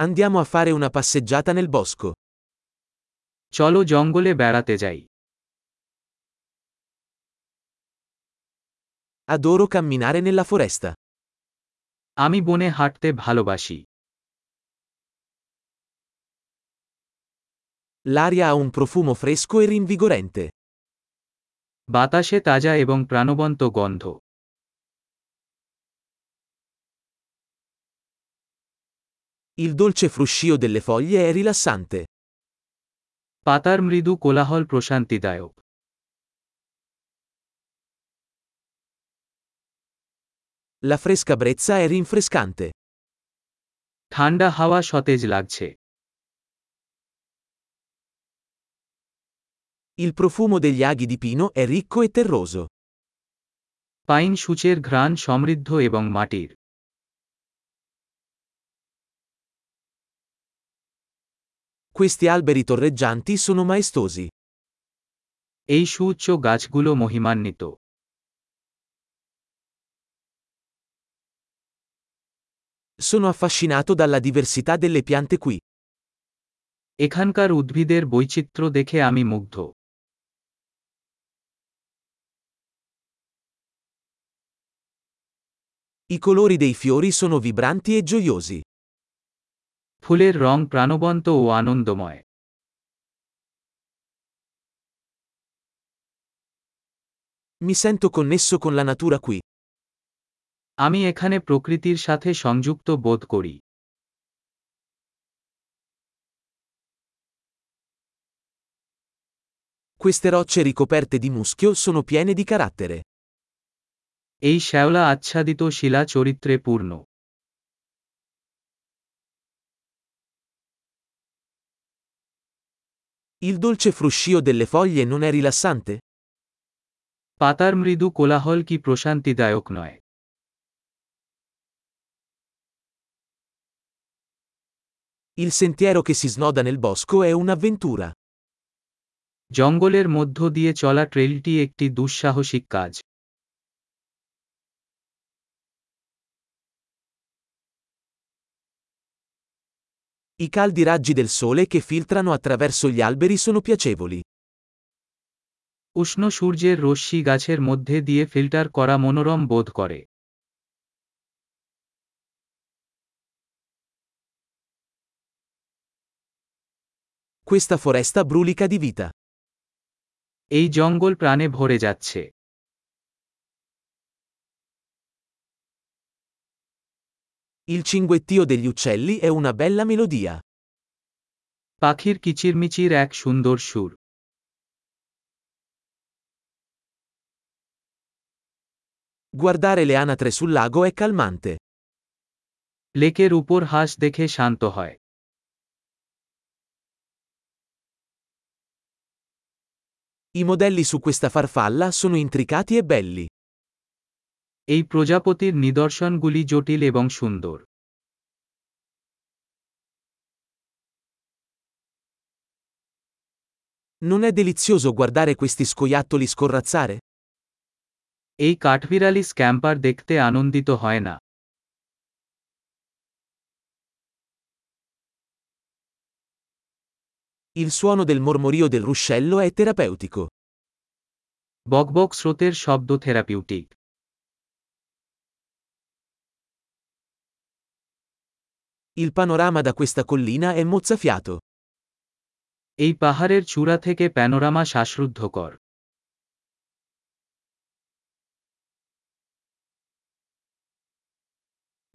Andiamo a fare una passeggiata nel bosco. চলো জঙ্গলে বেড়াতে যাই Adoro camminare nella foresta. আমি বনে হাঁটতে ভালোবাসি L'aria ha un profumo fresco e rinvigorente. বাতাসে তাজা এবং প্রাণবন্ত গন্ধ Il dolce fruscio delle foglie è rilassante. পাতার মৃদু কোলাহল প্রশান্তিদায়ক La fresca brezza è rinfrescante. ঠান্ডা হাওয়া সতেজ লাগছে Il profumo degli aghi di pino è ricco e terroso. Pine সূচের ঘ্রাণ সমৃদ্ধ এবং মাটির Questi alberi torreggianti sono maestosi. এই সুউচ্চ গাছগুলো মহিমান্বিত Sono affascinato dalla diversità delle piante qui. এখানকার উদ্ভিদের বৈচিত্র্য দেখে আমি মুগ্ধ I colori dei fiori sono vibranti e gioiosi. ফুলের রং প্রাণবন্ত ও আনন্দময় Mi sento connesso con la natura qui. আমি এখানে প্রকৃতির সাথে সংযুক্ত বোধ করি Queste rocce ricoperte di muschio sono piene di carattere. এই শ্যাওলা আচ্ছাদিত শিলা চরিত্রে পূর্ণ Il dolce fruscio delle foglie non è rilassante? পাতার মৃদু কোলাহল কি প্রশান্তিদায়ক নয় Il sentiero che si snoda nel bosco è un'avventura. জঙ্গলের মধ্য দিয়ে চলা ট্রেলটি একটি দুঃসাহসিক কাজ I caldi raggi del sole che filtrano attraverso gli alberi sono piacevoli. উষ্ণ সূর্যের রশ্মি গাছের মধ্যে দিয়ে ফিল্টার করা মনোরম বোধ করে Questa foresta brulica di vita. এই জঙ্গল প্রাণে ভরে যাচ্ছে Il cinguettio degli uccelli è una bella melodia. পাখির কিচিরমিচির এক সুন্দর সুর Guardare le anatre sul lago è calmante. লেকের উপর হাঁস দেখে শান্ত হয় I modelli su questa farfalla sono intricati e belli. এই প্রজাপতির নিদর্শনগুলি জটিল এবং সুন্দর Non è delizioso guardare questi scoiattoli scorrazzare? এই কাঠবিড়ালি স্ক্যাম্পার দেখতে আনন্দিত হয় না Il suono del mormorio del ruscello è terapeutico. বকবক স্রোতের শব্দ therapeutic Il panorama da questa collina è mozzafiato. এই পাহাড়ের চূড়া থেকে প্যানোরামা শ্বাসরুদ্ধকর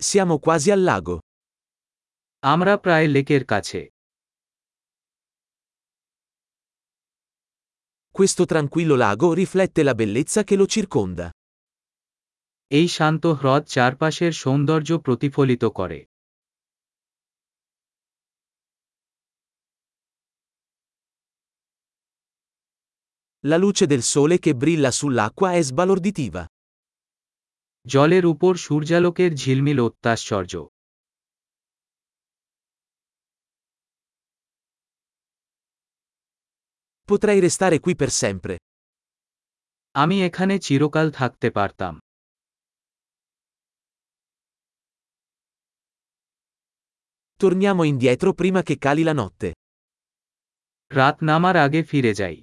Siamo quasi al lago. আমরা প্রায় লেকের কাছে Questo tranquillo lago riflette la bellezza che lo circonda. এই শান্ত হ্রদ চারপাশের সৌন্দর্য প্রতিফলিত করে La luce del sole che brilla sull'acqua è sbalorditiva. জলের উপর সূর্যালোকের ঝিলমিল অত্যাশ্চর্য Potrei restare qui per sempre. আমি এখানে চিরকাল থাকতে পারতাম Torniamo indietro prima che cali la notte. রাত নামার আগে ফিরে যাই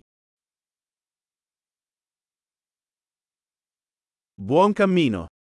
Buon cammino!